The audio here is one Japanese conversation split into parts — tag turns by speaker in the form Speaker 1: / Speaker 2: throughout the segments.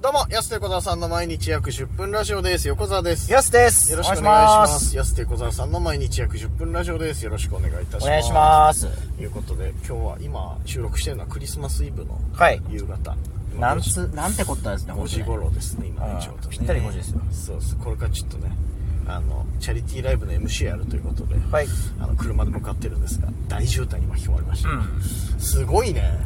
Speaker 1: どうも、安手小沢さんの毎日約10分ラジオです。横澤です。よ
Speaker 2: やすです。
Speaker 1: ろしくお願いします。
Speaker 2: お
Speaker 1: 安手小沢さんの毎日約10分ラジオです。よろしくお願いいたします。
Speaker 2: 願いします。
Speaker 1: す。ということで、今日は今収録してるのはクリスマスイブの
Speaker 2: はい
Speaker 1: 夕方。
Speaker 2: なんつ、なんてことですね、
Speaker 1: 5時
Speaker 2: 本当に
Speaker 1: 頃ですね、今ね、ちょうど、ね。
Speaker 2: ぴったり5時ですよ。
Speaker 1: そうです。これからちょっとね、あの、チャリティーライブの MC やるということで、
Speaker 2: はい
Speaker 1: あの、車で向かってるんですが、大渋滞に巻き込まれました。
Speaker 2: う
Speaker 1: すごいね。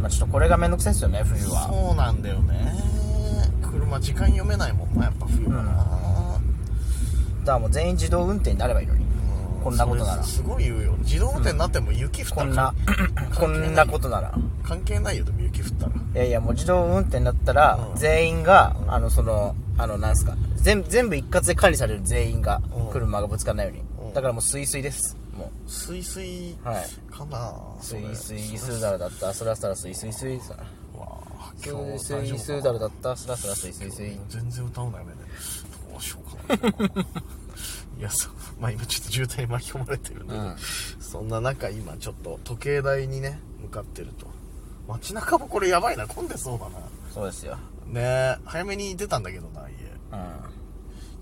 Speaker 2: まあちょっとこれがめんどくさいですよね、冬は。
Speaker 1: そうなんだよね車時間読めないもんなやっぱ冬はな、
Speaker 2: だからもう全員自動運転になればいいのに。
Speaker 1: う
Speaker 2: こんなことな
Speaker 1: そ
Speaker 2: ら
Speaker 1: れすごい言うよ自動運転になっても雪降っ
Speaker 2: こ
Speaker 1: た
Speaker 2: んな
Speaker 1: ら、
Speaker 2: こんなことなら。
Speaker 1: 関係ないよでも雪降ったら
Speaker 2: いやいや、もう自動運転になったら
Speaker 1: う、ん
Speaker 2: 全員が、あの、その、あの、なんすか、全全部一括で管理される全員が
Speaker 1: うん、
Speaker 2: 車がぶつかんないよう
Speaker 1: うん
Speaker 2: に。だからもうスイスイです。も
Speaker 1: スイスイ
Speaker 2: はい
Speaker 1: かな、
Speaker 2: う、
Speaker 1: そ
Speaker 2: ス
Speaker 1: れ
Speaker 2: イスイスーダラだった、スラスラスイスイスイさ。
Speaker 1: うわあ
Speaker 2: ス
Speaker 1: 今
Speaker 2: イ
Speaker 1: 日
Speaker 2: ス
Speaker 1: 大丈夫か
Speaker 2: イスー
Speaker 1: な
Speaker 2: ダラだった、スラスラスイスイスイ。
Speaker 1: 全然歌うのやめてどうしようか ないやそうまあ今ちょっと渋滞に巻き込まれてるんで、
Speaker 2: うん
Speaker 1: そんな中今ちょっと時計台にね向かってると街中もこれやばいな混んでそうだな
Speaker 2: そうですよ。
Speaker 1: ねえ早めに出たんだけどな家
Speaker 2: うん。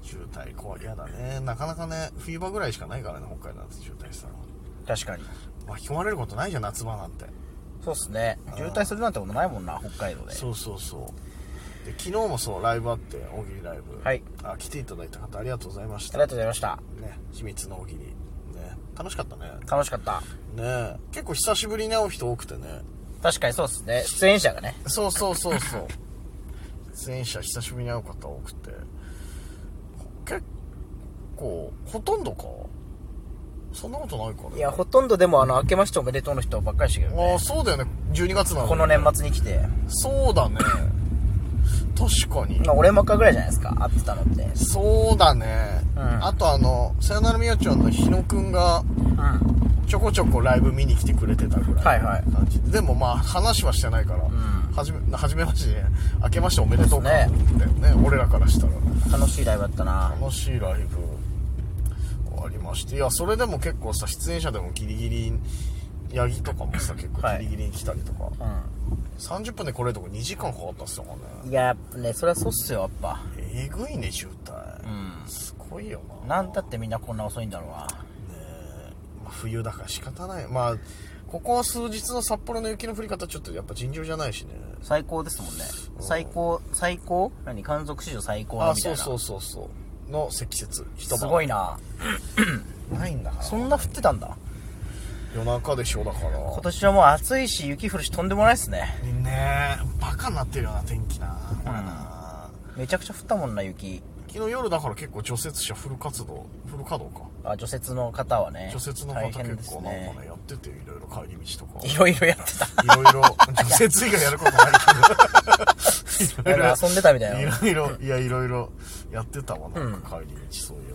Speaker 1: 渋滞怖いやだねなかなかね冬場ぐらいしかないからね北海道なんて渋滞したら
Speaker 2: 確かに。
Speaker 1: 巻き込まれることないじゃん夏場なんて
Speaker 2: そうっすね。渋滞するなんてことないもんな、北海道で。
Speaker 1: そうそうそうで昨日もそうライブあって大喜利ライブ
Speaker 2: はい
Speaker 1: あ来ていただいた方ありがとうございまし
Speaker 2: あ
Speaker 1: た
Speaker 2: りがとうございました。
Speaker 1: ね秘密の大喜利ね楽しかったね
Speaker 2: 楽しかった。
Speaker 1: ねえ結構久しぶりに会う人多くてね
Speaker 2: 確かにそうっすね。出演者がね。
Speaker 1: そうそうそうそう出演者久しぶりに会う方多くて結構ほとんどかそんなことないかない
Speaker 2: や、ほとんどでも、あの、明けましておめでとうの人ばっかりでしたけど
Speaker 1: あ
Speaker 2: ね
Speaker 1: あ。そうだよね12月なの
Speaker 2: この年末に来て。
Speaker 1: そうだね確かに
Speaker 2: まあ、俺もかぐらいじゃないですか。会ってたのって。
Speaker 1: そうだね、
Speaker 2: うん
Speaker 1: あとあのさよならみやちゃんの日野くんが
Speaker 2: うん。
Speaker 1: ちょこちょこライブ見に来てくれてたぐらいの
Speaker 2: はいはい
Speaker 1: 感じでもまあ話はしてないから、
Speaker 2: ん
Speaker 1: はじめ初めましてね明けましておめでとうか
Speaker 2: そうっ
Speaker 1: だよ
Speaker 2: すね
Speaker 1: ね俺らからしたら
Speaker 2: 楽しいライブだったな。
Speaker 1: 楽しいライブありましていやそれでも結構さ出演者でもギリギリヤギとかもさ結構ギリギリに来たりとか、30分で来れるとこ2時間かかったっすよね
Speaker 2: うん。いや、やっぱね、それはそうっすよ、やっぱ。
Speaker 1: えぐいね渋滞、
Speaker 2: うん
Speaker 1: すごいよな
Speaker 2: なんだってみんなこんな遅いんだろう
Speaker 1: ね
Speaker 2: な。
Speaker 1: えまあ冬だから仕方ないまあここ数日の札幌の雪の降り方ちょっとやっぱ尋常じゃないしね
Speaker 2: 最高ですもんね。最高、最高何観測史上最高
Speaker 1: あ
Speaker 2: のみたい
Speaker 1: そう
Speaker 2: な。
Speaker 1: そうそうそうの積雪一晩
Speaker 2: すごいな。
Speaker 1: ないんだから
Speaker 2: そんな降ってたんだ。
Speaker 1: 夜中でしょだから
Speaker 2: 今年はもう暑いし、雪降るし、とんでもないっすね。
Speaker 1: ねえバカになってるような天気なこれな、
Speaker 2: めちゃくちゃ降ったもんな、雪。
Speaker 1: 昨日夜だから結構除雪車フル活動フル稼働か
Speaker 2: あ除雪の方はね
Speaker 1: 除雪の方
Speaker 2: 大
Speaker 1: 結
Speaker 2: 変です
Speaker 1: 構なん
Speaker 2: ね
Speaker 1: かねやってていろいろ帰り道とか
Speaker 2: いろいろやってた
Speaker 1: いろいろ、除雪以外やることないけど。
Speaker 2: いろいろ遊んでたみたいない
Speaker 1: ろいろ、いや、いろいろやってたわ、なんか帰り道、そういえ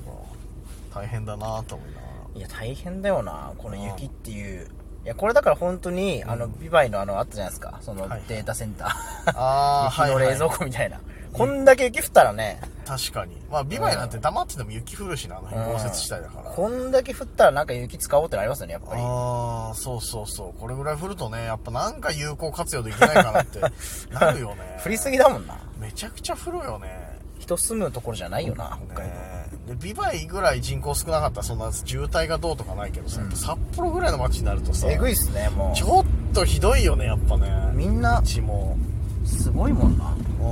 Speaker 1: ば。大変だなと思いながら。
Speaker 2: いや大変だよなこの雪っていういやこれだから本当にあのビバイのあのあったじゃないですかその
Speaker 1: はい
Speaker 2: データセンタ
Speaker 1: あー
Speaker 2: ー雪の冷蔵庫みたいなこんだけ雪降ったらね
Speaker 1: 確かに。まあ、ビバイなんて黙ってても雪降るしな、あの辺豪雪地帯だから。
Speaker 2: こんだけ降ったらなんか雪使おうってなりますよねやっぱり
Speaker 1: ああ、そうそうそう。これぐらい降るとね、やっぱなんか有効活用できないかなって なるよね。
Speaker 2: 降りすぎだもんな
Speaker 1: めちゃくちゃ降るよね。
Speaker 2: 人住むところじゃないよな北海道
Speaker 1: ねえでビバイぐらい人口少なかったらそんな渋滞がどうとかないけどさ、やっぱ札幌ぐらいの街になるとさ
Speaker 2: えぐいっすねも
Speaker 1: ちょっとひどいよねやっぱね
Speaker 2: うみんな
Speaker 1: 道も
Speaker 2: すごいもんな
Speaker 1: う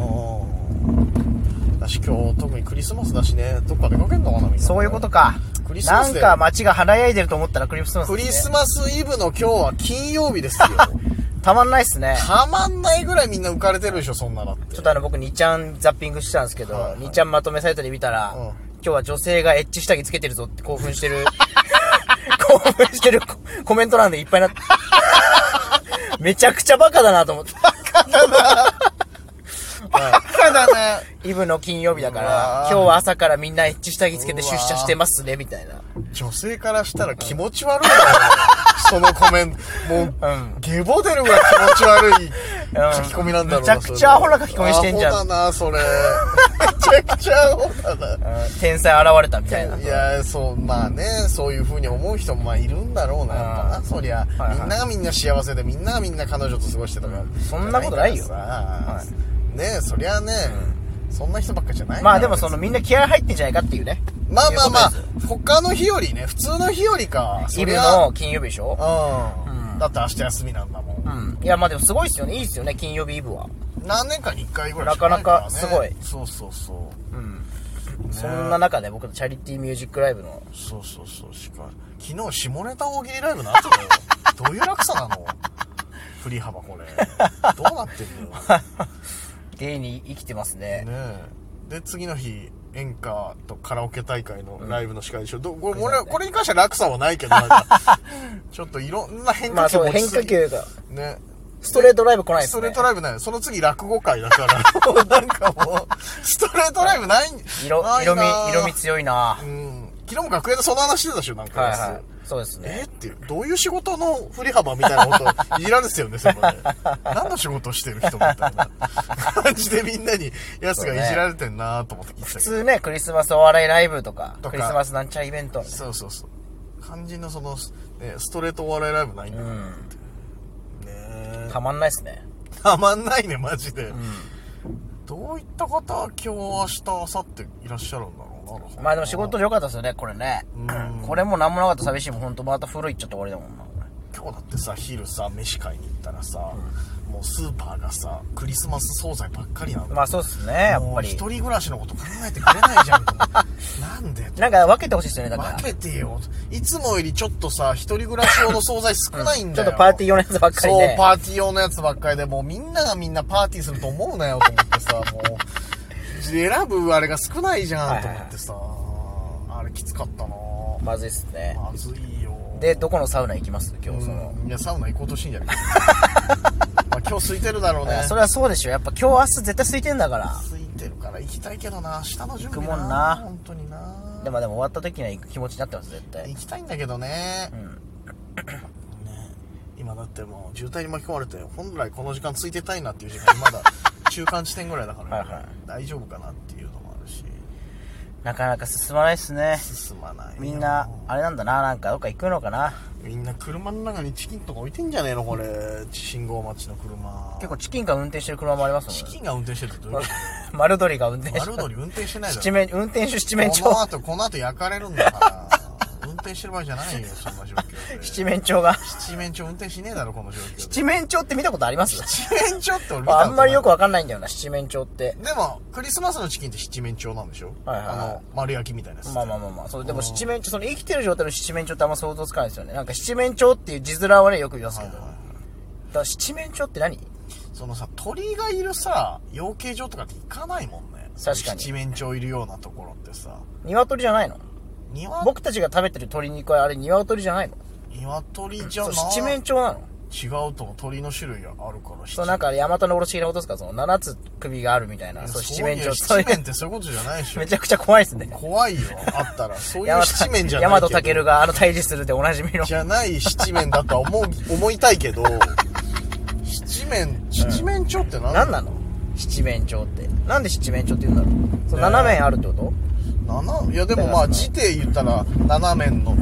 Speaker 1: ん私今日特にクリスマスだしねどっか出かけんのかなみんな、
Speaker 2: そういうことか
Speaker 1: クリスマ
Speaker 2: な
Speaker 1: ス
Speaker 2: ん
Speaker 1: で
Speaker 2: か街が華やいでると思ったらクリスマス
Speaker 1: ク
Speaker 2: で
Speaker 1: リ
Speaker 2: すね
Speaker 1: スマスイブの今日は金曜日ですよ
Speaker 2: たまんないっすね
Speaker 1: たまんないぐらいみんな浮かれてるでしょそんなだって
Speaker 2: ちょっとあの僕2ちゃんザッピングしてたんですけど、
Speaker 1: はいはい
Speaker 2: 2ちゃんまとめサイトで見たら、
Speaker 1: うん
Speaker 2: 今日は女性がエッチ下着つけてるぞって興奮し てる、興奮してるココメント欄でいっぱいなって、 めちゃくちゃバカだなと思って。
Speaker 1: バカだね
Speaker 2: イブの金曜日だか
Speaker 1: うわ
Speaker 2: ら、
Speaker 1: ー
Speaker 2: 今日は朝からみんなエッチ下着つけて出社してますね、みたいな。
Speaker 1: 女性からしたら気持ち悪いだろそのコメントもう、
Speaker 2: ん
Speaker 1: ゲボ出るぐらい気持ち悪い書き込みなんだろうな
Speaker 2: めちゃくちゃアホな書き込みしてんじゃん
Speaker 1: アホだなそれめちゃくちゃアホだな
Speaker 2: 天才現れたみたいな。
Speaker 1: いやそうまあねそういう風に思う人もまあいるんだろうなやっぱなそりゃ、
Speaker 2: はいはい
Speaker 1: みんながみんな幸せでみんながみんな彼女と過ごしてたから
Speaker 2: そんなことないよ
Speaker 1: だからさ、ねそりゃね、そんな人ばっかじゃない
Speaker 2: まあでもそのみんな気合入ってんじゃないかっていうね。
Speaker 1: まあまあまあ
Speaker 2: そういうこ、
Speaker 1: 他の日よりね、普通の日よりか、そ
Speaker 2: イブ
Speaker 1: りゃ
Speaker 2: の金曜日でしょ
Speaker 1: うん、
Speaker 2: うん
Speaker 1: だって明日休みなんだもん。
Speaker 2: うん。いやまあでもすごいっすよね。いいっすよね。金曜日イブは。
Speaker 1: 何年かに1回ぐらいしかないら、ね、
Speaker 2: なかなかすごい
Speaker 1: そうそうそ
Speaker 2: うん。そんな中で僕のチャリティーミュージックライブの、
Speaker 1: う。そうそうそう、しか。昨日、下ネタ大喜利ライブの後だよ。どういう落差なの振り幅これ。どうなってるの
Speaker 2: 芸に生きてますね。
Speaker 1: ねえで次の日演歌とカラオケ大会のライブの司会でしょ、どこれ俺はこれに関しては落差はないけどなんかちょっといろんな変
Speaker 2: ま
Speaker 1: 化
Speaker 2: あ
Speaker 1: 球
Speaker 2: そう、
Speaker 1: 持ち
Speaker 2: 変
Speaker 1: す
Speaker 2: 化
Speaker 1: ぎ、
Speaker 2: 球が。
Speaker 1: ね
Speaker 2: ストレートライブ来ないっ
Speaker 1: ス
Speaker 2: す
Speaker 1: トレ
Speaker 2: ね
Speaker 1: ー。トライブないその次落語会だから もうなんかもうストレートライブない
Speaker 2: 色、
Speaker 1: ない
Speaker 2: 色味
Speaker 1: な、
Speaker 2: 色味強いな
Speaker 1: うん昨日も楽屋でその話してたでしょなんか、
Speaker 2: はいはい。そうですね。
Speaker 1: えーっていうどういう仕事の振り幅みたいな こといじられてたよね、そこで。何の仕事してる人みたいな感じでみんなにやつがいじられてんなと思って聞いてた
Speaker 2: 普
Speaker 1: けど。
Speaker 2: 通ね、クリスマスお笑いライブとか、
Speaker 1: とか
Speaker 2: クリスマスなんちゃらイベント。
Speaker 1: そうそうそう肝心のその、ね、ストレートお笑いライブないんだ
Speaker 2: う
Speaker 1: よね
Speaker 2: ん。
Speaker 1: え
Speaker 2: たまんないっすね。
Speaker 1: たまんないねマジで、
Speaker 2: うん。
Speaker 1: どういった方今日明日明後日いらっしゃるんだろうな
Speaker 2: まあでも仕事でよかったっすよね、これね
Speaker 1: うん。
Speaker 2: これもなんもなかったら寂しいもん、ほんとまた風呂行っちゃったら終わりだもんな、これ
Speaker 1: 今日だってさ昼さ飯買いに行ったらさ、もうスーパーがさクリスマス惣菜ばっかりなの、
Speaker 2: まあそうっすね、やっ
Speaker 1: も
Speaker 2: ぱ
Speaker 1: う
Speaker 2: り
Speaker 1: 一。人暮らしのこと考えてくれないじゃん なんで
Speaker 2: なんか分けてほしいっすよね、だから。
Speaker 1: 分けてよいつもよりちょっとさ一人暮らし用の惣菜少ないん
Speaker 2: ち
Speaker 1: だ
Speaker 2: ょっ
Speaker 1: よ、
Speaker 2: とパーティー用のやつばっかり
Speaker 1: そう、
Speaker 2: で。
Speaker 1: パーティー用のやつばっかりで、もうみんながみんなパーティーすると思うなよと思ってさ、もう、選ぶあれが少ないじゃんと思ってさ、あれきつかったな
Speaker 2: まずいっすね。
Speaker 1: まずいよ。
Speaker 2: で、どこのサウナ行きます今
Speaker 1: う
Speaker 2: 日その。
Speaker 1: ん、いや、サウナ行こうとしてんじゃねえ かまあ今日空いてるだろうね
Speaker 2: あ。それはそうでしょ。やっぱ今日明日絶対空いてんだから。
Speaker 1: 空いてるから行きたいけどな、明日の準備
Speaker 2: 行くもんな
Speaker 1: 本当にな。
Speaker 2: でもでも終わった時には行く気持ちになってます、絶対
Speaker 1: 行。きたいんだけどね
Speaker 2: う。ん。
Speaker 1: ね今だってもう渋滞に巻き込まれて本来この時間ついてたいなっていう時間にま だ中間地点ぐらいだから、
Speaker 2: はいはい
Speaker 1: 大丈夫かなっていうのもあるし
Speaker 2: なかなか進まないっすね。
Speaker 1: 進まないよ
Speaker 2: みんな、あれなんだな、なんかどっか行くのかな。
Speaker 1: みんな車の中にチキンとか置いてんじゃねえのこれ信号待ちの車
Speaker 2: 結構チキンが運転してる車もあります
Speaker 1: チ
Speaker 2: もんね。
Speaker 1: キンが運転してるってどういうこ
Speaker 2: 丸鳥が運
Speaker 1: と
Speaker 2: 転して
Speaker 1: 丸
Speaker 2: る。
Speaker 1: のり運転してないだ
Speaker 2: 七
Speaker 1: ろ
Speaker 2: 面、運転手七面
Speaker 1: この
Speaker 2: 鳥。
Speaker 1: 後この後焼かれるんだから運転してる場合じゃないよそんな状況で
Speaker 2: 七面鳥が。
Speaker 1: 七面鳥運転しねえだろこの状況で
Speaker 2: 七面鳥って見たことあります
Speaker 1: 七面鳥って俺見たことない
Speaker 2: あんまりよくわかんないんだよな、七面鳥って。
Speaker 1: でも、クリスマスのチキンって七面鳥なんでしょ
Speaker 2: はいはいはい
Speaker 1: あの、丸焼きみたいなやつ。
Speaker 2: まあまあまあまあ。そう、でも七面鳥、その生きてる状態の七面鳥ってあんま想像つかないですよね。なんか七面鳥っていう字面はね、よく言いますけど。だ
Speaker 1: はいは
Speaker 2: か
Speaker 1: い
Speaker 2: ら七面鳥って何
Speaker 1: そのさ、鳥がいるさ、養鶏場とかって行かないもんね。
Speaker 2: 確かに
Speaker 1: 七面鳥いるようなところってさ、
Speaker 2: 鶏じゃないの
Speaker 1: 庭、
Speaker 2: 僕たちが食べてる鶏肉はあれ鶏じゃないの
Speaker 1: 鶏じゃ
Speaker 2: そ
Speaker 1: な
Speaker 2: う
Speaker 1: い。
Speaker 2: 七面鳥なの
Speaker 1: 違うと思う鳥の種類があるから、
Speaker 2: そう、なんか、ヤマタのおろし的なことですかその、七つ首があるみたいな。そう、七面鳥。
Speaker 1: そういう
Speaker 2: そ
Speaker 1: う
Speaker 2: い
Speaker 1: 七面
Speaker 2: う、
Speaker 1: ってそういうことじゃないでしょ
Speaker 2: め。ちゃくちゃ怖いですね。
Speaker 1: 怖いよ、あったら。そうい
Speaker 2: ヤ
Speaker 1: う
Speaker 2: マ
Speaker 1: 七面じゃ
Speaker 2: ヤ
Speaker 1: な
Speaker 2: マ
Speaker 1: い
Speaker 2: トタ
Speaker 1: け
Speaker 2: ケル
Speaker 1: ど。
Speaker 2: があの体重するでおなじみの。
Speaker 1: じゃない七面だとは思う、思いたいけど、七面、七面鳥って何
Speaker 2: 何なの七面鳥って。なんで七面鳥って言うんだろうそう、七面あるってこと
Speaker 1: 七いやでもまあ字で言ったら斜面の
Speaker 2: っ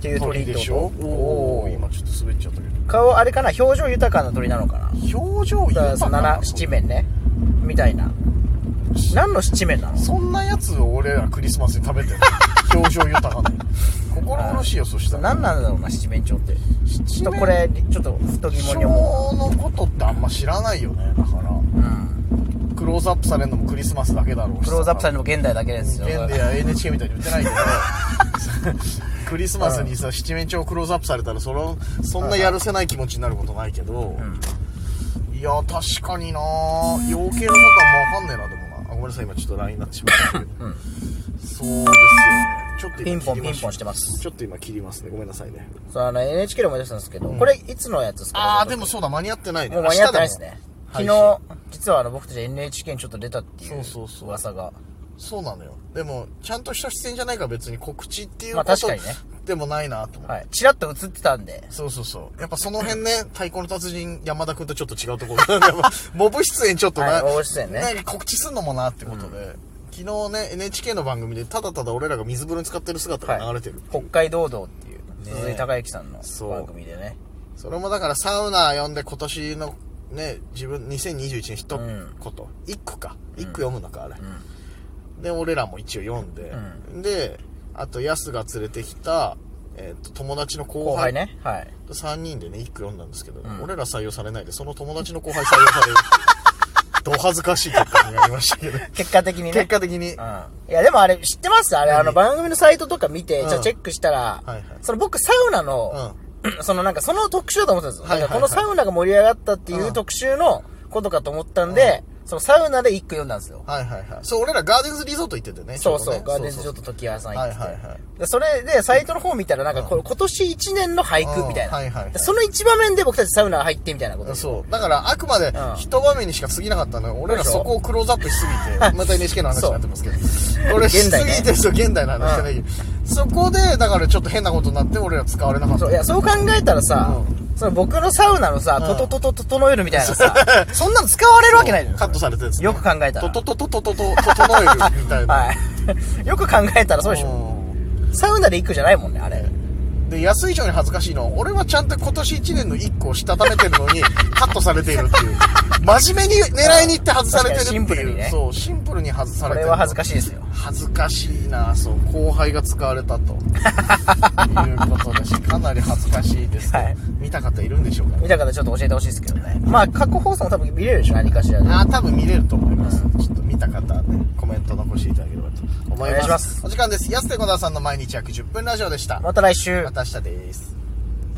Speaker 2: ていう鳥
Speaker 1: 鳥
Speaker 2: って
Speaker 1: で
Speaker 2: こ
Speaker 1: し
Speaker 2: と
Speaker 1: ょお
Speaker 2: お
Speaker 1: お
Speaker 2: ー
Speaker 1: 今ちょっと滑っちゃったけ
Speaker 2: 顔、あれかな表情豊かな鳥なのかな
Speaker 1: ど表情
Speaker 2: だから
Speaker 1: 豊
Speaker 2: そ
Speaker 1: かな
Speaker 2: の七、七面ね。みたいな。何の七面なの
Speaker 1: そんなやつを俺らクリスマスに食 べてる表情豊かな心苦しいよそしたら
Speaker 2: 何なんだろうな、七面鳥って。ち
Speaker 1: 七
Speaker 2: ょっとこれ、ちょっと、ふと疑問に思
Speaker 1: 章のことってあんま知らないよねだから
Speaker 2: う。うん。
Speaker 1: クローズアップされるのもクリスマスだけだろうし
Speaker 2: クローズアップされ
Speaker 1: る
Speaker 2: るのも現代だけですよ。
Speaker 1: 現でや NHK みたいに言って ないけどクリスマスにさ七面鳥をクローズアップされたらそのそんなやるせない気持ちになることないけど、
Speaker 2: うん
Speaker 1: いや、確かにな養鶏のことはもうわかんねえな、でもな。あ、ごめんなさい、今ちょっと LINE になってしまった けど。そうですよね。ちょっと今
Speaker 2: ピンポン
Speaker 1: 切りま
Speaker 2: ピンポンしてます
Speaker 1: ちょっと今切りますね。ごめんなさいね。
Speaker 2: そう、あの、NHK で思い出したんですけど、これ、いつのやつですか
Speaker 1: あー、でもそうだ、間に合ってないね。
Speaker 2: もう間に合ってないですね。
Speaker 1: 明日
Speaker 2: 昨
Speaker 1: だもん
Speaker 2: 日、実はあの、僕たち NHK にちょっと出たってい
Speaker 1: そう
Speaker 2: う
Speaker 1: そうそう
Speaker 2: 噂が。
Speaker 1: そうなのよ。でも、ちゃんとした出演じゃないから別に告知っていう
Speaker 2: ま
Speaker 1: こ
Speaker 2: あ
Speaker 1: と
Speaker 2: 確かにね
Speaker 1: でもないなと思って。
Speaker 2: はい。チラッと映ってたんで、
Speaker 1: そうそうそう。やっぱその辺ね、太鼓の達人山田くんとちょっと違うところ。 やっぱモブ出演ちょっとな、
Speaker 2: はいモブ出演ね
Speaker 1: なんか告知すんのもなってことで、昨日ね、NHK の番組でただただ俺らが水風呂に使ってる姿が流れてる。
Speaker 2: 北海道道っていう、
Speaker 1: ね
Speaker 2: 鈴井孝之さんの
Speaker 1: そう
Speaker 2: 番組でね。
Speaker 1: それもだからサウナ呼んで今年のね、自分、2021年一言、一句か。一句読むのか、あれ。で、俺らも一応読んで。で、あと、ヤスが連れてきた、えっと、友達の後
Speaker 2: 後
Speaker 1: 輩
Speaker 2: 輩。ね。はい。
Speaker 1: 3人でね、一句読んだんですけど、
Speaker 2: ん
Speaker 1: 俺ら採用されないで、その友達の後輩採用されるっていう。ど恥ずかしい結果になりましたけど。
Speaker 2: 結果的にね。
Speaker 1: 結果的に。
Speaker 2: うん。いや、でもあれ、知ってますあれ、あの、番組のサイトとか見て、
Speaker 1: うん
Speaker 2: じゃあチェックしたら、
Speaker 1: はいはい
Speaker 2: その僕、サウナの、 そのなんか、その特集だと思ってたんですよ。
Speaker 1: はいはいはい
Speaker 2: なんかこのサウナが盛り上がったっていううん特集のことかと思ったんで、そのサウナで一句読んだんですよ。
Speaker 1: はいはいはい。そう、俺らガーデンズリゾート行っててね。
Speaker 2: そう
Speaker 1: ち
Speaker 2: そ
Speaker 1: ょう
Speaker 2: う、
Speaker 1: どね
Speaker 2: ガーデンズ・ジョート時矢さん行ってて、
Speaker 1: はいはいはい
Speaker 2: でそれで、サイトの方見たら、なんかこれ、今年1年の俳句みたいな。
Speaker 1: うんはいはいはい
Speaker 2: でその一場面で僕たちサウナ入ってみたいなこと。
Speaker 1: そう。だから、あくまで
Speaker 2: ん、
Speaker 1: 一場面にしか過ぎなかったのよ。俺ら
Speaker 2: そうでしょ
Speaker 1: そこをクローズアップしすぎて、また NHK の話になってますけど。俺、し
Speaker 2: 現
Speaker 1: す
Speaker 2: 代ね
Speaker 1: ぎて、そう、現代の話じゃないけど。そこで、だからちょっと変なことになって、俺ら使われなかった。
Speaker 2: そういや、そう考えたらさ、その僕のサウナのさ、
Speaker 1: うん
Speaker 2: トトトト整えるみたいなさ、 そんなの使われるわけないのよ
Speaker 1: カ。ットされてるやつね
Speaker 2: よく考えたら
Speaker 1: ととととととと、整えるみたいな。
Speaker 2: はい。 よく考えたらそうでしょ。
Speaker 1: うん
Speaker 2: サウナで行くじゃないもんね、あれ。
Speaker 1: で、安い以上に恥ずかしいのは、俺はちゃんと今年1年の1個をしたためてるの に、カットされているっていう。真面目に狙いに行って外されてるっていう。
Speaker 2: 確かにシンプルにね
Speaker 1: そう、シンプルに外さ
Speaker 2: こ
Speaker 1: れてる。
Speaker 2: れは恥ずかしいですよ。
Speaker 1: 恥ずかしいなそう後輩が使われたということだしかなり恥ずかしいですけど、
Speaker 2: はい
Speaker 1: 見た方いるんでしょうかね
Speaker 2: 見た方ちょっと教えてほしいですけどね。まあ、過去放送も多分見れるでしょ、何かしらで。
Speaker 1: ああ多分見れると思いますちょっと見た方はねコメント残していただければと思います
Speaker 2: お願いします
Speaker 1: お時間です安手小田さんの毎日約10分ラジオでした
Speaker 2: また来週
Speaker 1: ま。た明日です